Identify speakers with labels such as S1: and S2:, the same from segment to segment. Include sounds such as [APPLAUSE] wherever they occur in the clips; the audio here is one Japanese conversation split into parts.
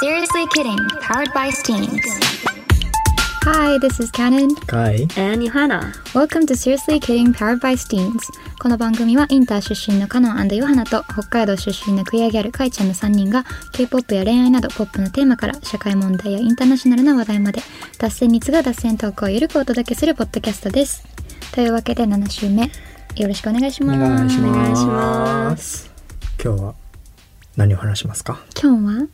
S1: Seriously Kidding, powered by Steams.
S2: Hi, this is Canon.
S3: かい
S4: And Johanna.
S2: Welcome to Seriously Kidding Powered by Steens. この番組はインター出身のカノンヨハナと北海道出身のクイアギャルカイちゃんの3人が K-POP や恋愛などポップのテーマから社会問題やインターナショナルな話題まで脱線に次ぐ脱線トークをゆるくお届けするポッドキャストです。というわけで7週目よろしくお願いし
S3: お
S2: ます。
S3: 願いし
S4: お願いし
S3: ま
S4: ます
S3: 今日は何を話しますか
S2: 今日は、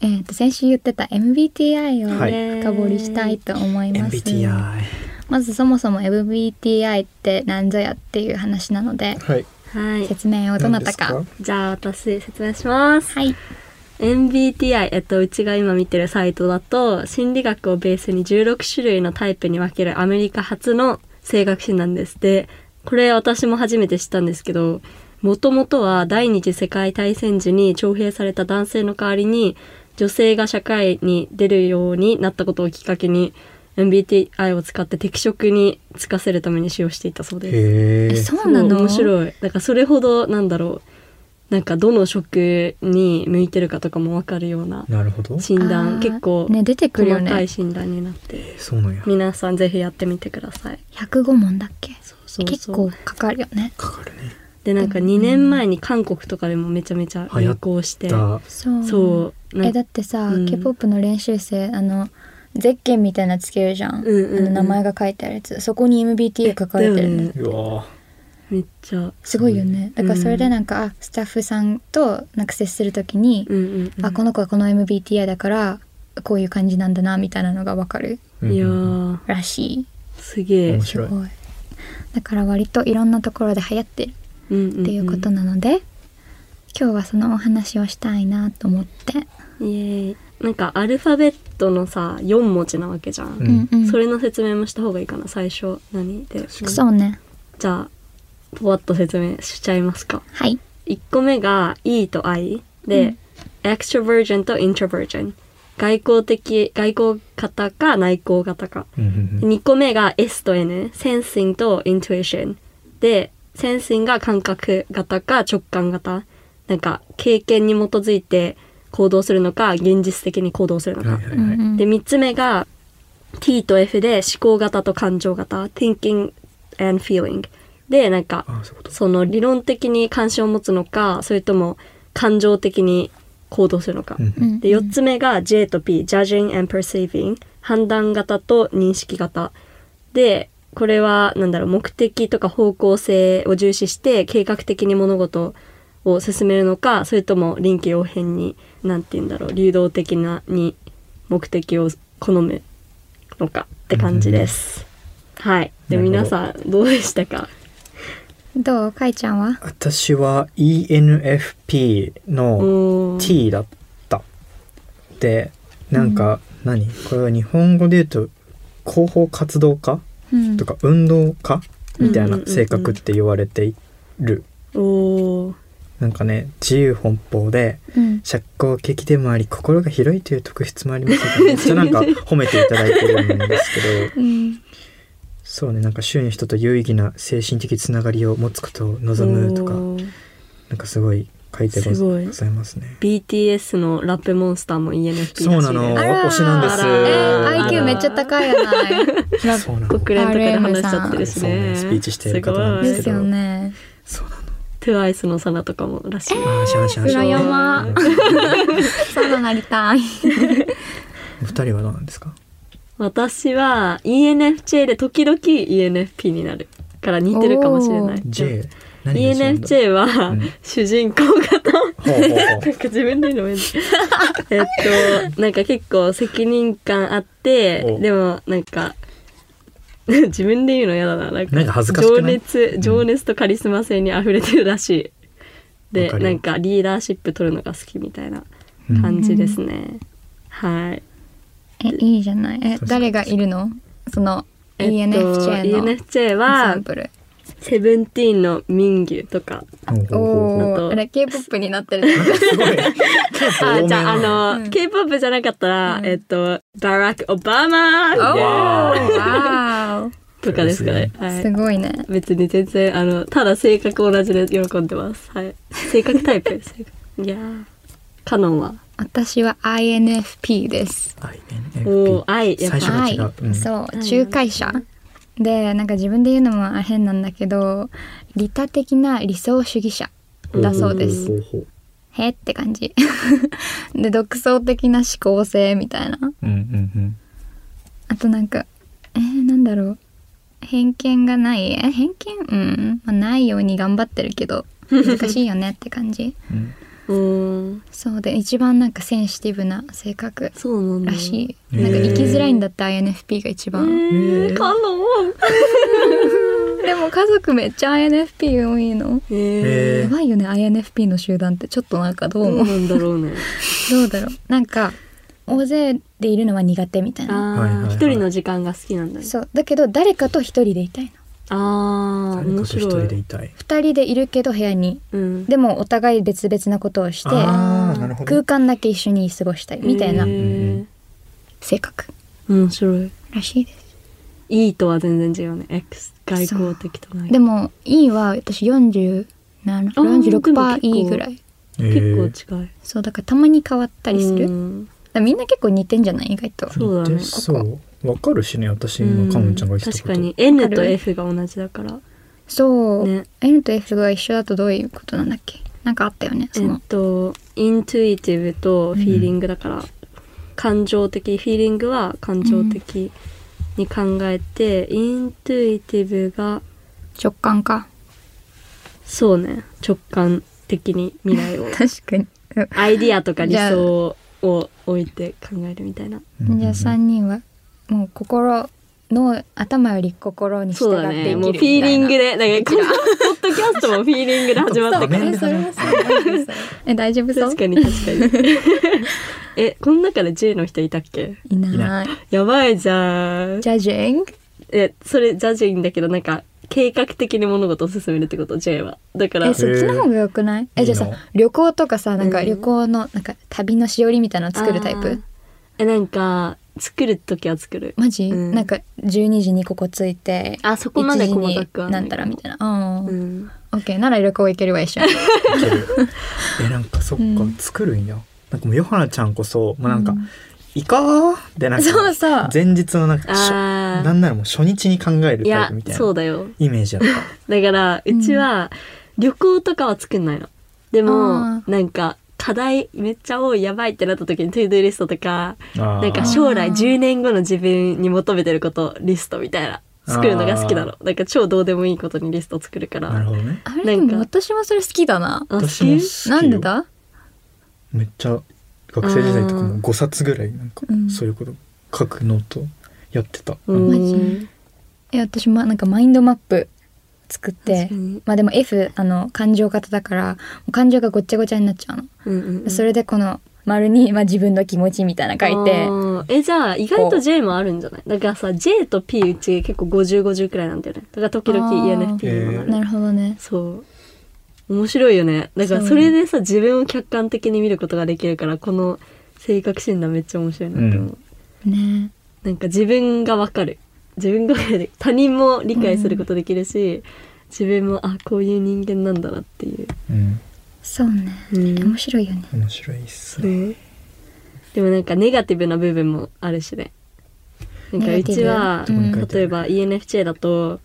S2: えー、と先週言ってた MBTI
S3: は
S2: を
S3: い
S2: 深掘りしたいと思います。
S3: MBTI
S2: まずそもそも MBTI ってなんぞやっていう話なので
S3: はい
S4: はい。
S2: 説明をどなたか
S3: 何で
S4: じゃあ私説明します。
S2: はい
S4: MBTI、えっと、うちが今見てるサイトだと、心理学をベースに16種類のタイプに分けるアメリカ初の性学診断です。で、これ私も初めて知ったんですけど、もともとは第二次世界大戦時に徴兵された男性の代わりに、女性が社会に出るようになったことをきっかけに、MBTI を使って適職に就かせるために使用していたそうです。
S3: へ
S2: え
S3: え
S2: そうなの
S4: 面白いだからそれほどなんだろうなんかどの職に向いてるかとかも分かるような
S3: なるほど
S4: 診
S2: あー
S4: 断結構
S2: ね出てくるよ
S4: 細か
S2: ね
S4: い診断になって、
S3: そうなんや
S4: 皆さんぜひやってみてください
S2: 105問だっけ
S4: そうそうそう
S2: 結構かかるよね
S3: かかるね
S4: でなんか2年前に韓国とかでもめちゃめちゃ流行して
S3: だ
S2: そう
S4: そうな
S2: え
S4: ん
S2: だってさ、
S4: うん
S2: K-POP の練習生あのゼッケンみたいなつけるじゃん,、
S4: うんうんうん
S2: あの名前が書いてあるやつそこに MBTI 書かれてるんだ
S4: だよね
S3: うわ
S4: めっちゃ
S2: すごいよねだからそれでなんか、あスタッフさんとなんか接するときに、
S4: うんうん、うん、
S2: あこの子はこの MBTI だからこういう感じなんだなみたいなのがわかる
S3: ー
S4: いや
S3: うん
S4: ー
S2: らしい
S4: すげえ
S3: 面
S2: す
S3: 白い
S2: ごいだから割といろんなところで流行ってる
S4: っ
S2: っていうことなので、今日はそのお話をしたいなと思って、
S4: イエーイなんかアルファベットのさ4文字なわけじゃん、
S3: う
S2: うん
S3: ん
S2: うん、
S4: それの説明もした方がいいかな最初何で
S2: そうね
S4: じゃあぽわっと説明しちゃいますか
S2: はい
S4: 1個目が E と I で、Extroversion と Introversion 外交的外交型か内向型か
S3: うんうん
S4: 2個目が S と N センシンと Intuition でセンシンが感覚型か直感型なんか経験に基づいて行動するのか現実的に行動するの
S3: うん
S4: か、
S3: は
S2: う
S3: いはいはい
S2: ん
S4: で3つ目が T と F で思考型と感情型 thinking and feeling でなんか
S3: あそういうこと
S4: その理論的に関心を持つのかそれとも感情的に行動するのか、
S3: うん
S2: うんうん
S4: で4つ目が J と P judging and perceiving 判断型と認識型でこれはなんだろう目的とか方向性を重視して計画的に物事を進めるのかそれとも臨機応変になんて言うんだろう流動的なに目的を好むのかって感じです。はい。で
S3: なるほど
S4: 皆さんどうでしたか。
S2: どうかいちゃんは
S3: 私は ENFP の
S4: おー
S3: T だったでなんか何これは日本語で言うと広報活動家
S2: うん
S3: とか運動家みたい
S4: うんうんう
S3: な
S4: んうん
S3: 性格って言われている
S4: おー
S3: なんかね自由奔放で
S2: うん
S3: 社交的でもあり心が広いという特質もありますのでめ
S4: [LAUGHS]
S3: っちゃなんか褒めていただいてるんですけど
S2: うん
S3: そうねなんか周囲の人と有意義な精神的つながりを持つことを望むとか
S4: おー
S3: なんかすごい書いてご
S4: すごい
S3: ございますね。
S4: BTS のラップモンスターも ENFP らしいです
S3: そうなの
S2: あらー
S3: 推しなんです。
S4: あ
S2: え
S4: ら
S2: ー、
S4: あ
S2: IQ
S4: ら
S2: めっちゃ高いやないラ
S3: そうなの。
S4: 国連とかで話しちゃってるし
S3: RM さん
S4: ね
S3: そうねスピーチしてる方なん
S2: ですよね
S3: そうなの。
S4: トゥワイスのサナとかもらしい、
S3: あーシャンシャンシャン。
S2: 羨ま
S3: うん
S2: そうなりたい
S3: [LAUGHS] お二人はどうなんですか。
S4: 私は ENFJ で時々 ENFP になるから似てるかもしれない
S3: J 何が一緒なんだ
S4: ENFJ は、
S3: うん
S4: 主人公型
S3: ほうほうほ
S4: なんか自分で言うのめんどいえっとなんか結構責任感あって
S3: お
S4: でもなんか自分で言うの嫌だななんか
S3: なんか恥ずかしくない
S4: 情熱情熱とカリスマ性に溢れてるらしいで
S3: わかるよ
S4: なんかリーダーシップ取るのが好きみたいな
S3: ううん
S4: 感じですね、はい
S2: えいいじゃないえ誰がいるのその
S4: えっと
S2: ENFJ の
S4: ENFJ
S2: サ
S4: は
S2: ンプル
S4: セブンティーンのミンギュとか
S3: ほうほうほう
S4: う
S2: お
S4: あ
S2: お
S4: と
S2: あれ K-POP になってるね
S3: すごい。結構多
S4: あ
S3: め
S4: じゃあ
S3: な
S4: あの、
S2: うん
S4: K-POP じゃなかったら、
S2: うん
S4: えっとバラク・オバマ
S2: おー
S3: わー
S2: わ
S4: とかですかね、は
S2: ー
S4: い
S2: すごいね
S4: 別に全然あのただ性
S2: [LAUGHS]
S4: 格同じで喜んでますはい性格タイプ性格いやーカノンは
S2: 私は INFP です。
S4: お
S3: INFP
S4: ー愛やっ
S3: 最
S4: ぱ
S3: 初が
S2: は
S3: 違、
S2: いう
S3: うん、
S2: そう
S4: うん
S2: 仲介者でなんか自分で言うのも変なんだけど利他的な理想主義者だそうです。
S3: ほうほうほうほ
S2: へーって感じ [LAUGHS] で独創的な思考性みたいな
S3: ううんうん
S2: あとなんかえー、なんだろう偏見がないえ偏見うん、まあ、ないように頑張ってるけど難しいよねって感じ
S3: うんうん
S4: おー
S2: そうで一番なんかセンシティブな性格
S4: そうなんだ
S2: らしい、
S3: へー
S2: なんか生きづらいんだって INFP が一
S4: え
S2: 番、
S4: ー、かの
S2: でも家族めっちゃ INFP 多いの
S4: え
S3: え
S2: やばいよね INFP の集団ってちょっとなんかどう
S4: ど
S2: 思
S4: う
S2: う
S4: なんだろうね
S2: どうだろうなんか大勢でいるのは苦手みたいな
S3: [LAUGHS]
S4: あ
S3: はいはい
S4: あ
S3: はい
S4: 一人の時間が好きなんだね
S2: そうだけど誰かと一人でいたいの
S4: ああ
S3: 誰
S4: 面
S3: かと一人
S4: 白
S3: で
S4: い
S3: いたい
S2: 二人でいるけど部屋に
S4: うん
S2: でもお互い別々なことをして
S3: あーなるほど
S2: 空間だけ一緒に過ごしたいみたいな
S4: えー
S2: 性格
S4: 面白い
S2: らしいです、
S4: いいとは全然違うね X 外交的とない
S2: でも E は私4746%
S4: でも
S2: E
S4: 結構
S2: ぐらい
S4: 結構近い
S2: そうだからたまに変わったりする、
S4: う
S2: だか
S4: ん
S2: らみんな結構似てんじゃない意外と
S4: そうだね
S3: 似てそうわかるしね私今かもんちゃんが言ってた
S4: 確
S3: こと
S4: かに N
S2: わ
S4: と
S2: かる
S4: F が同じだから
S2: そう、
S4: ね
S2: N と F が一緒だとどういうことなんだっけなんかあったよねそ
S4: えっ
S2: の、
S4: とイントゥイティブとフィーリングだから、感情的フィーリングは感情的に考えて、イントゥイティブが
S2: 直感か
S4: そうね直感的に未来
S2: [LAUGHS]
S4: を
S2: 確かに、
S4: アイディアとか理
S2: じゃあ
S4: 想を置いて考えるみたいな
S3: うんうんうん
S2: じゃあ3人はもう心の頭より心に
S4: そ
S2: 従
S4: うだ
S2: って生きる
S4: ね
S2: みたいな
S4: もうフィーリングでなんかこのポッドキャストもフィーリングで始まったか
S3: 画
S4: ら
S3: 面で
S2: えそれもそうえ大丈夫そう
S4: 確かに確かに [LAUGHS] えこの中で J の人いたっけ
S2: いない
S3: いな
S4: やばいじゃん
S2: ジャジング
S4: えそれジャジンだけどなんか計画的に物事を進めるってこと J はだから
S2: えそっちの方が良くないえ
S3: いい
S2: じゃ
S3: の
S2: あさ旅行とかさなん
S4: う
S2: か
S4: ん
S2: 旅行のなんか旅のしおりみたいなの作るタイ
S4: あー
S2: プ
S4: えなんか作る時は作る
S2: マジ、
S4: うん
S2: なんか12時にここ着いて
S4: あそこまで
S2: 1時に
S4: 細かくはな
S2: ないんだらみたいな
S4: う
S2: うん
S4: ん
S2: オッケーなら旅行行けるわ一緒に
S3: [LAUGHS] えなんかそっか、
S2: うん
S3: 作るんやなんかもうヨハナちゃんこそもうなんか、
S2: うん
S3: いかーってなんか
S2: そうそう
S3: 前日のなんかしょ
S4: あー
S3: なんならもう初日に考えるタ
S4: い
S3: イ
S4: や
S3: プみたい
S4: そ
S3: な
S4: うだよ
S3: イメージやった
S4: だからうちは旅行とかは作んないのでも
S2: あー
S4: なんか課題めっちゃ多いやばいってなった時にトゥードゥーリストとか
S3: あー
S4: なんか将来10年後の自分に求めてることリストみたいな作るのが好きなの
S3: あ
S4: なんか超どうでもいいことにリスト作るから
S3: なるほどね
S2: あれでも
S4: なんか
S2: 私もそれ好きだな
S4: あ好
S3: 私も
S4: き
S3: 好きよ
S2: なんでだ
S3: めっちゃ学生時代とか
S4: あ
S3: も
S4: ー
S3: 5冊ぐらいなんか
S2: うん
S3: そういうこと書くノートやってた、
S4: うん
S2: マジえ私もなんかマインドマップ作って
S4: 確かに
S2: まあでも F あの感情型だからもう感情がごっちゃごちゃになっちゃうの、
S4: うんうんうん
S2: それでこの丸に、まあ、自分の気持ちみたいな書いて
S4: あーえじゃあ意外と J もあるんじゃないだからさ J と P うち結構5050くらいなんだよねだから時々
S2: あー
S4: ENFP にもな
S2: な
S4: る
S2: るほどね
S4: そう面白いよねだからそれでさ自分を客観的に見ることができるからこの性格診断めっちゃ面白いなって思う、
S3: うん
S2: ね
S4: なんか自分がわかる自分がわかる他人も理解することできるし、自分もあこういう人間なんだなっていう、
S3: うん、
S2: そうね
S4: うん
S2: 面白いよね
S3: 面白いっすね
S4: ねでもなんかネガティブな部分もあるしねなんかう
S2: ネガティブ
S4: ちは
S3: どこに書いてあ
S4: 例え
S3: る
S4: ば ENFJ だと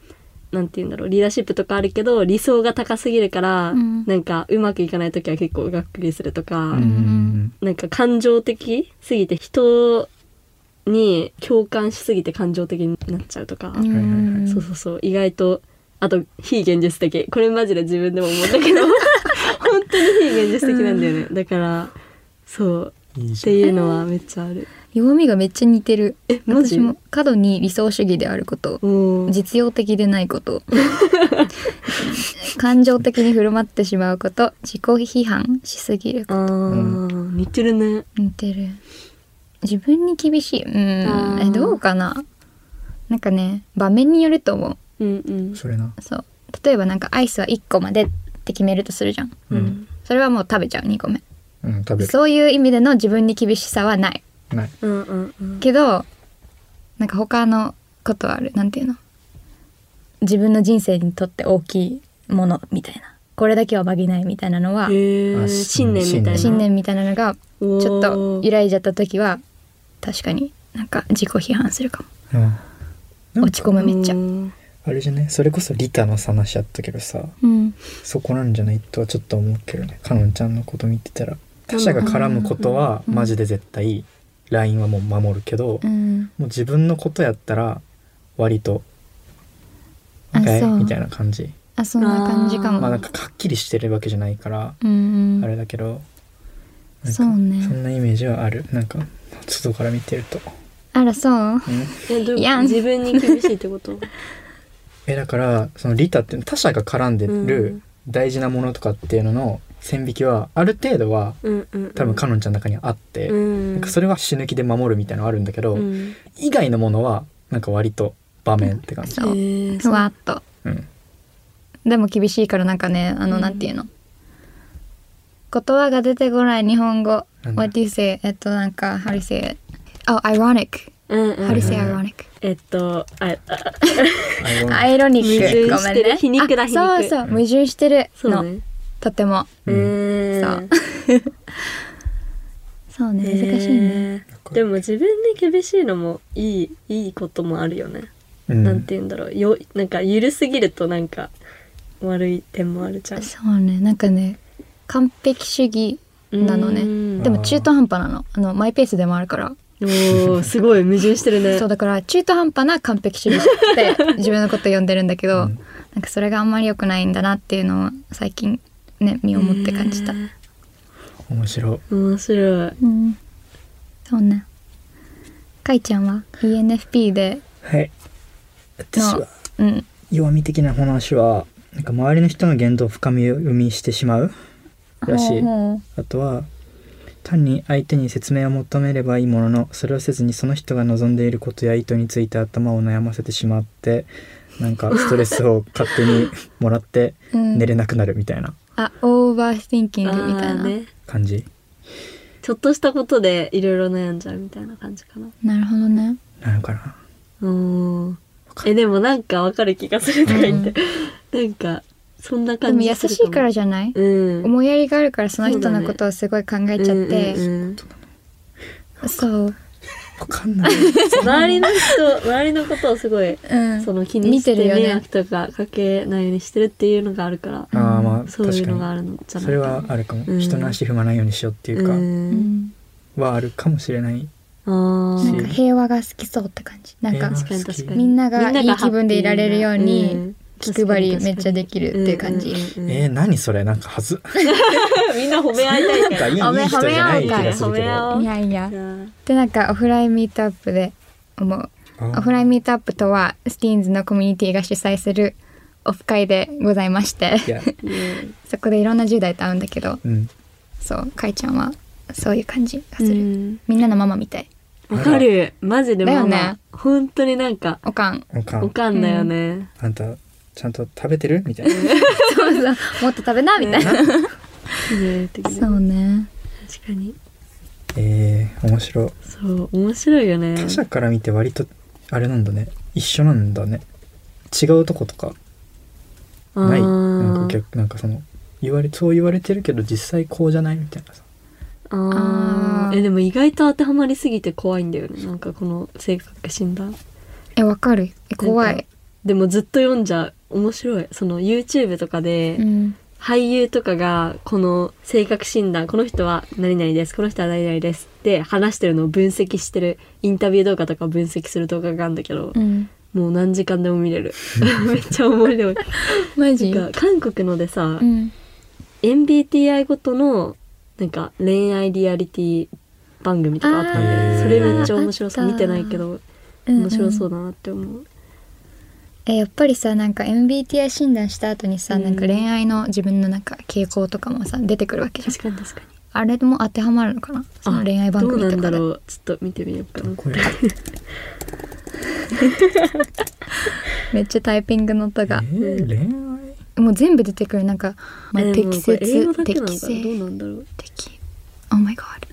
S4: なんて言うんだろうリーダーシップとかあるけど理想が高すぎるから、
S2: うん
S4: なんかうまくいかない時は結構がっくりするとか、
S3: うんうん
S4: なんか感情的すぎて人に共感しすぎて感情的になっちゃうとか、
S2: うん
S3: はいはい
S4: そうそうそう意外とあと非現実的これマジで自分でも思ったけ
S2: [LAUGHS]
S4: ど本当に非現実的なんだよね、だからそう
S3: うんいい
S4: っ
S3: じゃ
S4: て
S3: ん
S4: いうのはめっちゃある。
S2: 弱みがめっちゃ似てる
S4: えマジ
S2: 私も過度に理想主義であること
S4: もう
S2: 実用的でないこと
S4: [LAUGHS]
S2: 感情的に振る舞ってしまうこと自己批判しすぎる
S4: あー似てるね。
S2: 似てる自分に厳しいうん
S4: あー
S2: えどうかななんかね場面によると思
S4: うんうん。
S3: それな
S2: うそう例えばなんかアイスは1個までって決めるとするじゃん
S3: うん、
S2: それはもう食べちゃう2個目
S3: うん、食べる
S2: そういう意味での自分に厳しさはない
S3: ない
S4: うんうんうん。
S2: けどなんか他のことはあるなんていうの自分の人生にとって大きいものみたいなこれだけは曲げないみたいなのは
S4: へえ
S3: あ
S4: 信念みたいな
S2: 信念みたいなのが
S4: ち
S2: ちょっと揺らいじゃった時は確かになんか自己批判するか
S3: うんなんか
S2: も落ち込むめっちゃ
S3: あれじゃないそれこそリタの話やったけどさ
S2: うん
S3: そこなんじゃないとはちょっと思うけどねかのんちゃんのこと見てたら他者が絡むことは
S2: うん
S3: マジで絶対 LINE はもう守るけど、
S2: う
S3: も
S2: ん
S3: う自分のことやったら割と「
S2: あ
S3: OK
S2: そう」
S3: みたいな感じ
S2: あそんな感じかも
S3: まあなんかはっきりしてるわけじゃないから
S2: うん
S3: あれだけど、なんか
S2: そうね
S3: そんなイメージはあるなんか外から見てると、
S2: あらそう
S3: うん
S4: えどう
S2: いや
S4: 自分に厳しいってこと
S2: [LAUGHS]
S3: えだからそのリタって他者が絡んで
S4: う
S3: る
S4: ん
S3: 大事なものとかっていうのの線引きはある程度は
S4: うんうんうん
S3: 多分かのんちゃんの中にあって、
S4: うん
S3: なんかそれは死ぬ気で守るみたいなのあるんだけど、
S4: うん
S3: 以外のものはなんか割と場面って感じ、
S2: そう
S4: へえ
S2: ふわっと
S3: うん
S2: でも厳しいからなんかねあの、
S4: うん
S2: なんていうの言葉が出てこない日本語
S3: なんだ
S2: What do you say? えっとなんか How do you say it? Oh, ironic
S4: うんうん
S2: How do you say
S3: はいは
S2: ironic?
S4: えっとああ
S3: アイロン
S2: アイロニッ
S4: 矛
S2: ク
S4: 盾
S2: ごめんね
S4: してる皮肉だ
S2: あ
S4: 皮肉
S2: そうそう矛盾してる
S4: そう
S2: の、
S4: ね
S2: とても
S4: え
S2: そう
S4: ー
S2: そうね難しいね、
S4: えーでも自分に厳しいのもいいいいこともあるよね、
S3: うん
S4: なんて言うんだろうよなんか緩すぎるとなんか悪い点もあるじゃん
S2: そうねなんかね完璧主義なの
S4: う
S2: ね
S4: ん
S2: でも中途半端なのあのマイペースでもあるから
S4: おーすごい矛盾してるね
S2: そうだから中途半端な完璧主義者って自分のこと呼んでるんだけど、
S3: うん
S2: なんかそれがあんまり良くないんだなっていうのを最近ね身をもって感じた、
S4: へー
S3: 面白い
S4: 面白い
S2: うんそうねかいちゃんは ENFP で
S3: はい私は
S2: うん
S3: 弱み的な話はなんか周りの人の言動を深み読みしてしまうらしい
S2: ほうほ
S3: あとは単に相手に説明を求めればいいもののそれをせずにその人が望んでいることや意図について頭を悩ませてしまってなんかストレスを勝手にもらって
S2: ううん
S3: 寝れなくなるみたいな
S2: あオーバーティンキン
S4: あ
S2: グみたい
S4: ー
S2: な、
S4: ね
S3: 感じ、
S4: ちょっとしたことでいろいろ悩んじゃうみたいな感じかな
S2: なるほどね
S3: なのかな
S4: うーんえでもなんかわかる気がするとか言って、なんかそんな
S2: で
S4: 感
S2: も
S4: じ
S2: 優
S4: する
S2: しいからじゃない、
S4: うん
S2: 思いやりがあるからその人のことをすごい考えちゃってそう,、
S4: うんうんうん
S3: わかんない
S4: 周りの人周りのことをすごい
S2: うん
S4: その気に
S2: 見
S4: して
S2: てるよね
S4: 迷惑とかかけないようにしてるっていうのがあるから、
S3: [LAUGHS] あーまあ
S4: [LAUGHS] そうい
S3: 確
S4: うのが
S3: か
S4: あるんじゃ
S3: に
S4: ない
S3: それはあるかも、
S4: うん
S3: 人の足踏まないようにしようっていうか、
S2: う
S4: うん
S2: ん
S3: はあるかもしれない
S4: あ
S2: なん
S4: ー
S2: か平和が好きそうって感じなん
S3: 平
S2: か
S3: 和
S4: 確かに確かに
S2: みんなが
S4: み
S2: いい気分でいられるよう
S4: ハッピーな
S2: に気配りめっちゃで
S4: き
S2: きるっていう感じ、
S3: えー、何それなんかはず
S4: みんな褒め合いたい
S3: なんかいいいい
S2: あめ
S3: 人じゃない気がす
S4: 褒
S3: るけ
S4: め合お
S3: ど
S4: う
S2: いやいや
S4: じゃあ
S2: でなんかオフラインミートアップで思うオフラインミートアップとはスティーンズのコミュニティが主催するオフ会でございまして
S3: いや
S4: イエーイ
S2: そこでいろんな10代と会うんだけど
S3: うん
S2: そうかいちゃんはそういう感じがする、
S4: うん
S2: みんなのママみたい
S4: わかるマジでママ
S2: だよね
S4: 本当になんか
S2: おかん
S3: おかん
S4: おかんだよね、
S3: あんたちゃんと食べてるみたいな
S2: そうそうもっと食べなみたいな、
S4: イエーイって感じ
S2: そうね
S4: 確かに
S3: えー、面白い
S4: そう面白いよね
S3: 他者から見て割とあれなんだね一緒なんだね違うとことかない
S4: あー
S3: なんか逆なんかその言われそう言われてるけど実際こうじゃないみたいなさ
S2: あ
S4: あー
S2: ー
S4: えでも意外と当てはまりすぎて怖いんだよねなんかこの性格診断
S2: えわかるえ怖い、
S4: でもずっと読んじゃう面白いその YouTube とかで、
S2: うん、
S4: 俳優とかがこの性格診断この人は何々ですこの人は何々ですって話してるのを分析してるインタビュー動画とかを分析する動画があるんだけど、
S2: うん、
S4: もう何時間でも見れる [LAUGHS] めっちゃ思い出多い
S2: マジ
S4: なんか韓国のでさ、
S2: うん、
S4: MBTI ごとのなんか恋愛リアリティ番組とかあったん
S3: あ
S4: で
S3: ー
S4: それめっちゃ面白そう
S2: あった
S4: 見てないけど
S2: うんうん
S4: 面白そうだなって思う、
S2: えやっぱりさなんか MBTI 診断した後にさ、
S4: うん
S2: なんか恋愛の自分のなんか傾向とかもさ出てくるわけじゃん
S4: 確かに確かに
S2: あれも当てはまるのかなその恋愛番組
S4: どうな
S2: と
S4: ん
S2: か
S4: だ
S2: で
S4: ろうちょっと見てみようかな
S3: これ
S4: [LAUGHS]
S2: めっちゃタイピングの音
S3: え
S2: が、
S3: ー、恋愛
S2: もう全部出てくるなんか、まあ
S4: えーもう
S2: 適
S4: これ英語
S2: 切
S4: だけなのか
S2: 適
S4: などう
S2: 正
S4: なんだろう
S2: 適 Oh my god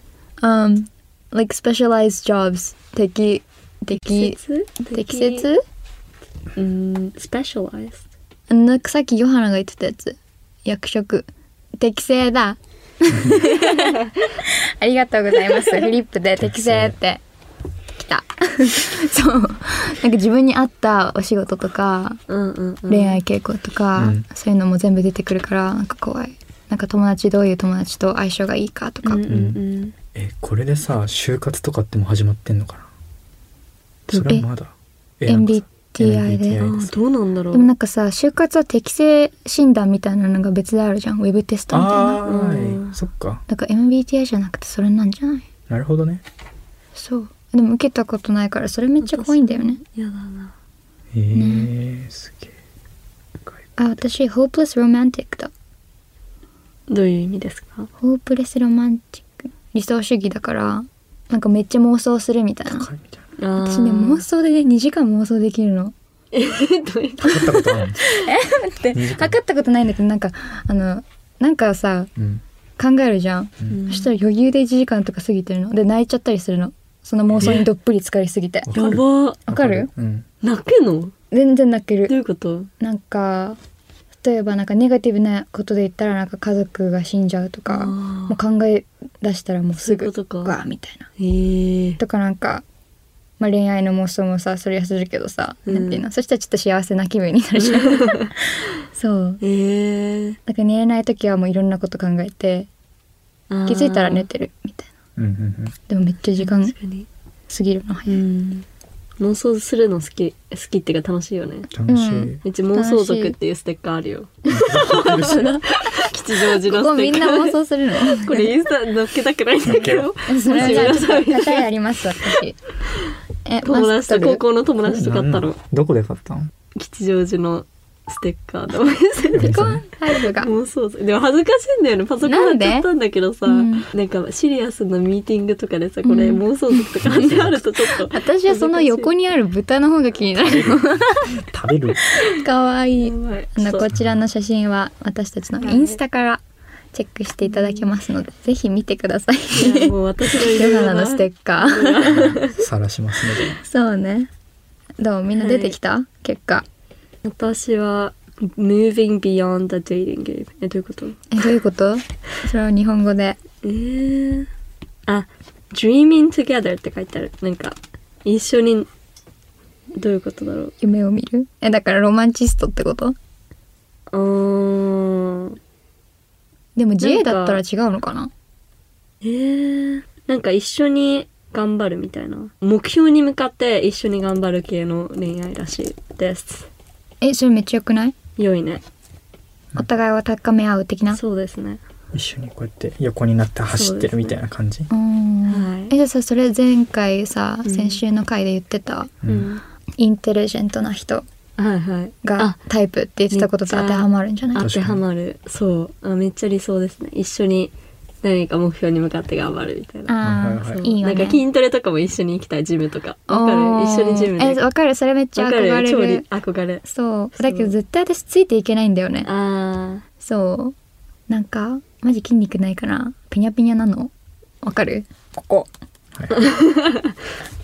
S2: um like specialized jobs 適適
S4: 切
S2: 適切
S4: うん specialized
S2: なんかさっきヨハナが言ってたやつ役職適正だ [LAUGHS] ありがとうございますフリップで適正ってきた [LAUGHS] そうなんか自分に合ったお仕事とか
S4: うんうんうん
S2: 恋愛傾向とか、
S3: うん
S2: そういうのも全部出てくるからなんか怖いなんか友達どういう友達と相性がいいかとか、
S4: うんうん
S3: えこれでさ就活とかってもう始まってんのかなそれはまだえなんかさ
S2: MBTI で
S4: う
S3: MBTI で
S4: ん、あー
S3: さ
S4: どうなんだろ
S2: でもな
S4: うん
S2: かさ就活は適正診断みたいなのが別であるじゃんウェブテストみたい
S3: あ
S2: な
S3: ーはい
S4: うん
S3: そっか
S2: だから MBTI じゃなくてそれなんじゃない
S3: なるほどね
S2: そうでも受けたことないからそれめっちゃ怖いんだよね
S4: やだな
S3: へえー、すげえ
S2: あ私 Hopeless Romantic だ
S4: どういう意味ですか
S2: ホープレスロマンチック理想主義だからなんかめっちゃ妄想するみたいな
S3: 高いみたいな
S2: 私ね妄想でね2時間妄想できるの
S3: 測ったことあるんです
S2: で
S3: 2時間
S2: 測ったことないんだけどなんかあのなんかさ
S3: うん
S2: 考えるじゃん、
S4: うん
S2: そしたら余裕で1時間とか過ぎてるので泣いちゃったりするのその妄想にどっぷり疲れすぎて
S3: わ
S4: やば
S2: わかる
S3: うん
S4: 泣くのど
S2: 全然泣け
S4: うい
S2: る
S4: うこと
S2: なんか例えばなんかネガティブなことで言ったらなんか家族が死んじゃうと
S4: あ
S2: か
S4: ー
S2: もう考え出したらもうすぐ
S4: そういうことか
S2: うわーみたいな
S4: へー
S2: とかなんか、まあ、恋愛の妄想もさそれはするけどさ、
S4: うん
S2: なんていうのそしたらちょっと幸せな気分になる
S4: [LAUGHS]
S2: じゃんそう
S4: えー
S2: だから寝れない時はもういろんなこと考えて
S4: あー
S2: 気づいたら寝てるみたいな
S3: うんうん
S2: でもめっちゃ時間
S4: 確かに
S2: 過ぎるの早
S4: う
S2: い、
S4: ん妄想するの好き好きっていうか楽しいよね
S3: うん楽しい、
S2: うん
S4: うち妄想族っていうステッカーあるよ吉祥
S2: こ
S4: 寺の
S2: こ
S4: ステ
S2: み
S4: ッ
S2: んな
S4: カー
S2: 妄想す
S4: [LAUGHS]
S2: るの
S4: これインスタ載っけたくないんだけど
S2: それはじゃあちょっと答えあります
S4: [LAUGHS]
S2: 私え
S4: 友達と高校の友達と買っ
S3: な
S4: た
S3: ん
S4: の
S3: どこで買ったの
S4: 吉祥寺のステッカーでお店で
S2: ピコンライブが
S4: 妄想 [LAUGHS] 族でも恥ずかしいんだよねパソコン
S2: な
S4: 買
S2: ん
S4: っ
S2: で
S4: ちゃったんだけどさ
S2: うん
S4: なんかシリアスなミーティングとかでさこれ
S2: うん
S4: 妄想族とか貼ってあるとちょっと
S2: 私はその横
S4: に
S2: にある豚の方が気になる
S3: 食
S2: [LAUGHS]
S3: べる
S2: かわいいあのこ
S4: こ
S2: ちらの写真は私たちのインスタからチェックしていただけますので、ぜひ見てください。
S4: もう私の色
S2: ヨハナ
S4: 々な
S2: のス [LAUGHS] テッカー。
S3: 晒しますので
S2: そうね。どうみんな出てきた、結果。
S4: 私は Moving Beyond the Dating Game えどういうこと
S2: え、どういうことそれを日本語で。
S4: えー、あ Dreaming Together って書いてあるなんか一緒にどういうことだろう
S2: 夢を見るえ、だからロマンチストってこと
S4: うーん
S2: でも自衛だったら違うのかな
S4: えー、なんか一緒に頑張るみたいな目標に向かって一緒に頑張る系の恋愛らしいです
S2: え、それめっちゃ良くない
S4: 良いね
S2: お互いを高め合う的な。う
S4: そうですね
S3: 一緒にこうやって横になって走ってるみたいな感じ、
S2: ーん。
S4: はい
S2: え、じゃあさ、それ前回さ、
S4: うん
S2: 先週の回で言ってた、
S4: うん、
S2: インテリジェントな人
S4: はいはい
S2: が
S4: あ
S2: タイプって言ってたことと当てはまるんじゃない
S4: 当てはまるそうあめっちゃ理想ですね一緒に何か目標に向かって頑張るみたいな
S2: あ
S3: はい
S2: あ
S3: はい
S4: そ
S2: ー、
S4: う
S2: いいよね。
S4: なんか筋トレとかも一緒に行きたいジムとかわか
S2: お
S4: る
S2: ー
S4: 一緒にジム
S2: え
S4: で
S2: わかるそれめっちゃ
S4: わ
S2: 憧
S4: か
S2: れ
S4: る超
S2: る
S4: 憧れ
S2: そう
S4: う
S2: だけど絶対私ついていけないんだよね
S4: あ
S2: そうなんかマジ筋肉ないからピニャピニャなのわかるここ
S3: はい、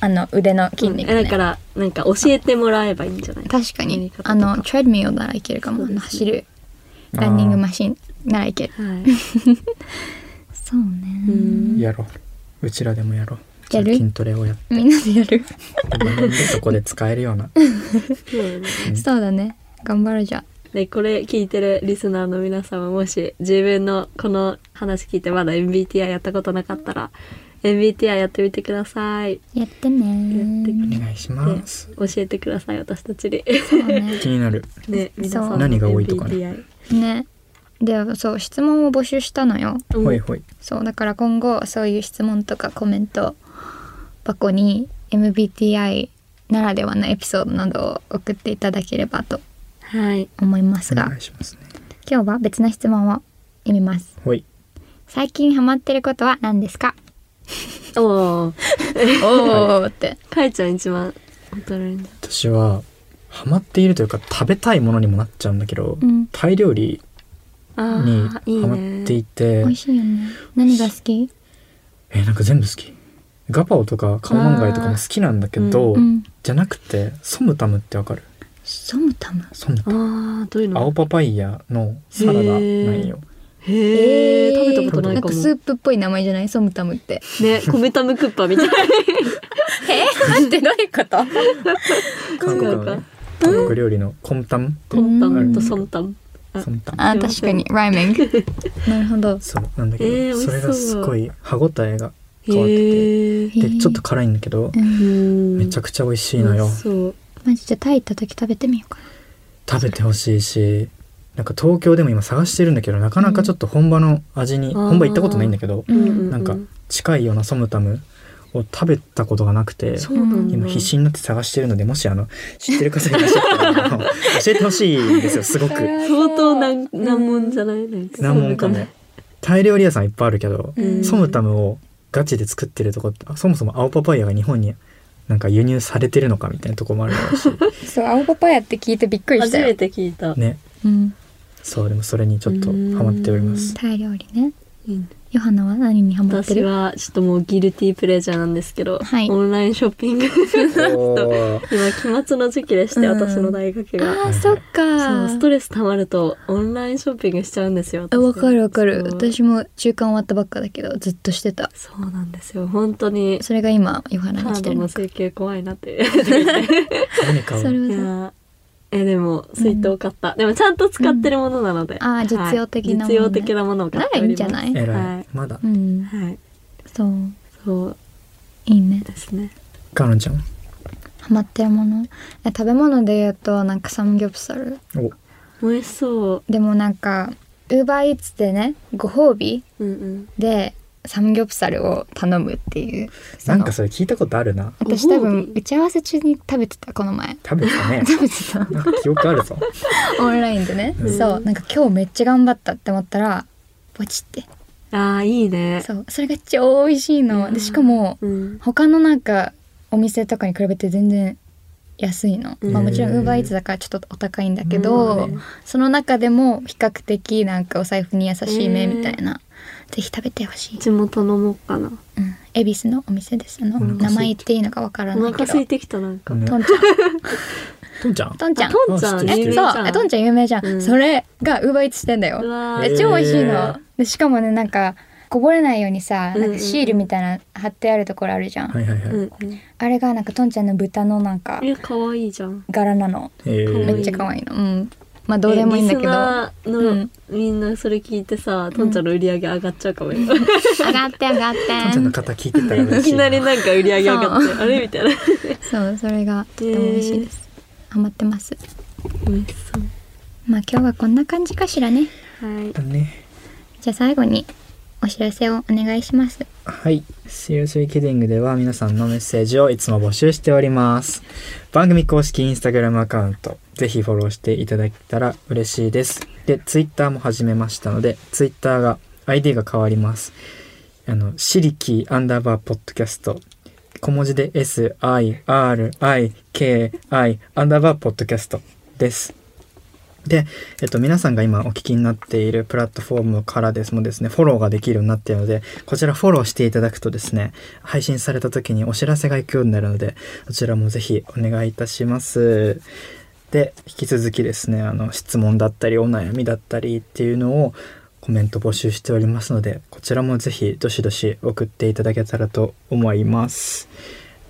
S2: あの腕の筋
S4: ー、
S2: 肉、
S4: え
S2: ね
S4: だからなんか教えてもらえばいいんじゃない
S2: 確か
S4: やり
S2: に
S4: 方とか
S2: あのトレッドミルならいけるかも、
S4: そう
S2: あ
S4: ですね
S2: の走る [LAUGHS] ランニングマシンならいける
S4: はい
S2: そうね
S4: うん
S3: やろううちらでもやろう
S2: やる
S3: 筋トレをやっ
S2: みんなでやる、
S3: て学んでそこで使えるような
S4: そうだね
S2: そうだね頑張るじゃん
S4: でこれ聞いてるリスナーの皆様もし自分のこの話聞いてまだ MBTI やったことなかったら MBTI やってみてください
S2: やって
S3: お
S2: ね
S3: 願いし
S4: で
S3: ます
S4: 教えてください私たちに
S2: そうね
S3: 気になる
S4: ね皆さん
S2: そ
S4: の
S2: う
S3: 何が多いとかね
S4: MBTI
S2: ねでそう質問を募集したのよ
S4: うん
S3: ほいほい
S2: そうだから今後そういう質問とかコメント箱に MBTI ならではのエピソードなどを送っていただければと
S4: はい
S2: 思います
S3: お
S2: が
S3: 願いしますね
S2: 今日は別の質問を読みます
S3: ほい
S2: 最近ハマってることは何ですか
S4: おー
S2: おーって
S4: かいちゃん一番驚いた
S3: 私はハマっているというか食べたいものにもなっちゃうんだけど、
S2: [LAUGHS] うん
S3: タイ料理
S4: あ
S3: に
S4: ーいい
S3: ハマって
S4: ね
S3: いて
S2: 美味しいよね何が好き
S3: えなんか全部好きガパオとかカオマンガイとかも好きなんだけど、
S2: うん
S3: じゃなくてソムタムってわかる
S2: ソムタム
S3: そんな
S4: ああどういうの
S3: 青パパイヤのサラダなんよ
S4: へえ食べたことない
S2: な
S4: か
S2: ん
S4: も
S2: かスープっぽい名前じゃないソムタムって
S4: ね米タムクッパみたい
S2: え待ってどういうこと
S3: 韓国の
S4: な
S3: ね
S4: んか
S3: 韓国料理のコンタム
S4: コンタムとソンタム
S3: ソンタム
S2: あー確かにライミングなるほど
S3: そうなんだけど、
S4: えー美味し
S3: そ
S4: そう
S3: れがすごい歯ごたえが
S4: へ
S3: 変わって
S4: え
S3: てでちょっと辛いんだけどめ
S4: め
S3: ちゃ
S4: くち
S3: くちゃ美味し
S4: ゃ
S3: いのよ、
S4: そう
S2: マジじゃあタイ行った時食べてみようか
S3: 食べてほしいしなんか東京でも今探してるんだけどなかなかちょっと本場の味に、
S4: うん
S3: 本場行ったことないんだけど
S2: うん
S3: なんか近いようなソムタムを食べたことがなくて
S4: そうなんだ
S3: 今必死になって探してるのでもしあの知ってる方いらっしゃったらあの教えてほしいんですよすごく。
S4: 相当難難問じゃないなんか
S3: 難問かもタイ料理屋さんいっぱいあるけど、
S4: うん
S3: ソムタムをガチで作ってるとこってあそもそも青パパイヤが日本になんか輸入されてるのかみたいなとこもあるらしい
S2: そう青パパヤって聞いてびっくりし
S4: 初
S2: た
S4: め
S2: よ、
S4: て聞いた
S3: ね
S2: うん、
S3: そうでもそれにちょっとハマっております
S2: タイ料理ね
S4: うん
S2: ヨハナは何にハマって
S4: 私
S2: る
S4: はちょっともうギルティープレジャーなんですけど、
S2: はい
S4: オンラインショッピング [LAUGHS]
S3: おー
S4: 今期末の時期でして、
S2: うん
S4: 私の大学が
S2: あーそっ
S4: そう
S2: か
S4: ストレス溜まるとオンラインショッピングしちゃうんですよ私
S2: あわかるわかる
S4: そう
S2: 私も中間終わったばっかだけどずっとしてた
S4: そうなんですよ本当に
S2: それが今ヨハナ
S4: カ
S2: がし
S4: ー
S2: て
S4: ド
S2: る
S4: の
S2: のか
S4: 請求怖いなっていう
S2: [LAUGHS]
S3: 何かを
S2: それ
S4: いや
S2: は
S4: ーえでも水筒買った、でもちゃんと使ってるものなので、
S2: んあー実用的なものね
S4: はい実用的なものを
S2: さ
S4: 買
S2: なら
S4: って
S2: いい
S4: お
S2: ん
S4: り
S2: じゃ
S4: ます
S2: ない
S3: えらい、
S4: はい
S3: まだ
S2: うん
S4: はい
S2: そう
S4: そう
S2: いいね
S4: ですね
S3: かのんちゃん
S2: ハマってるものえ食べ物で言うとなんかサムギョプサル
S3: お
S4: 美味しそう
S2: でもなんかウーバーイーツでねご褒美
S4: うんうん
S2: でサムギョプサルを頼むっていうそ
S3: な
S2: の
S3: んかそれ聞いたことあるな
S2: 私
S4: ご
S2: 多
S4: 褒美
S2: 分打ち合わせ中に食べてたこの前 [LAUGHS]
S3: 食べてたね
S2: 食べてた
S3: なんか記憶あるぞ
S2: オンラインでね、
S4: うん
S2: そうなんか今日めっちゃ頑張ったって思ったらポチって
S4: ああいいね
S2: そうそれが超美味しいのでしかも
S4: うん
S2: 他のなんかお店とかに比べて全然安いの、
S4: うん
S2: まあ、もちろんウーバーイーツだからちょっとお高いんだけど、
S4: うん、
S2: その中でも比較的なんかお財布に優しい目みたいな、ぜひ食べてほしいう
S4: ちも頼もうかな
S2: うん、恵比寿のお店ですあの
S3: お腹空いて
S2: 名前言っていいのかわから
S4: お
S2: ない
S4: 腹
S2: け
S4: 空い
S2: ど
S4: てきたなんか、
S3: ね
S2: とんちゃん
S3: とんちゃん
S2: とんちゃん
S4: あとんちゃ
S3: あ知っ
S4: ん
S3: てる知ってる
S4: 有名じ
S2: そう
S4: ゃん
S2: あとんちゃん有名じゃん、
S4: うん
S2: それがウーバーイーツしてんだよ
S4: うわ
S2: え
S4: ー
S3: え
S2: 超美味しい
S3: へ
S2: の
S3: ー
S2: でしかもねなんかこぼれないようにさなんかシールみたいな貼ってあるところあるじゃん、
S3: はいはいはい、
S4: うんうん
S2: あれがなんかとんちゃんの豚のなんか
S4: え可愛いじゃん
S2: 柄なの
S3: えー
S2: めっちゃ可愛いのうんまあどうでもいいんだけど
S4: えリス
S2: 上
S4: ナーの、
S2: うん
S4: みんなそれ聞いてさとんちゃんの売り上げ上がっちゃうかもよ、
S2: がって上がっ
S3: とんちゃんの
S2: て
S3: 方聞いてたら嬉
S4: [LAUGHS] い
S3: しい
S4: きなり
S3: な
S4: なんか売り上げ上がってあれみたいな
S2: そうそれがとっても美味しいですハマってます
S4: 美味し [LAUGHS] そう
S2: まあ今日はこんな感じかしらね
S4: はい
S3: だね
S2: じゃあ最後にお知らせをお願いします
S3: はい。Seriously Kidding では皆さんのメッセージをいつも募集しております。番組公式インスタグラムアカウント、ぜひフォローしていただけたら嬉しいです。で、Twitter も始めましたので、Twitter が、ID が変わります。あの、シリキーアンダーバーポッドキャスト。小文字で S, I, R, I, K, I アンダーバーポッドキャストです。で、えっと、皆さんが今お聞きになっているプラットフォームからですもですね、フォローができるようになっているので、こちらフォローしていただくとですね、配信された時にお知らせが行くようになるので、そちらもぜひお願いいたします。で、引き続きですね、あの、質問だったり、お悩みだったりっていうのをコメント募集しておりますので、こちらもぜひどしどし送っていただけたらと思います。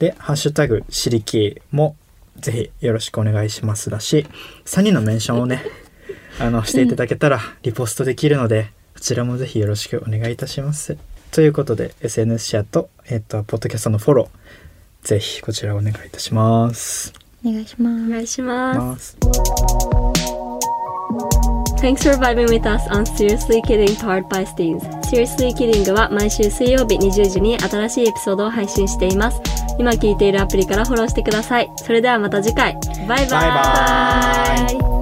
S3: で、ハッシュタグ、シリキもぜひよろしくお願いしますだし、3人のメンションをね、あの、していただけたらリポストできるので、こちらもぜひよろしくお願いいたします。ということで、SNS シェアと、えっ、と、ポッドキャストのフォロー、ぜひこちらお願いいたします。
S2: お願いしま
S4: お
S2: す
S4: 願いしま
S3: す
S4: す Thanks for vibing with us on Seriously Kidding powered by Steens Seriously Kidding は毎週水曜日20時に新しいエピソードを配信しています今聞いているアプリからフォローしてくださいそれではまた次回バイ
S3: バ
S4: バ
S3: イ
S4: イ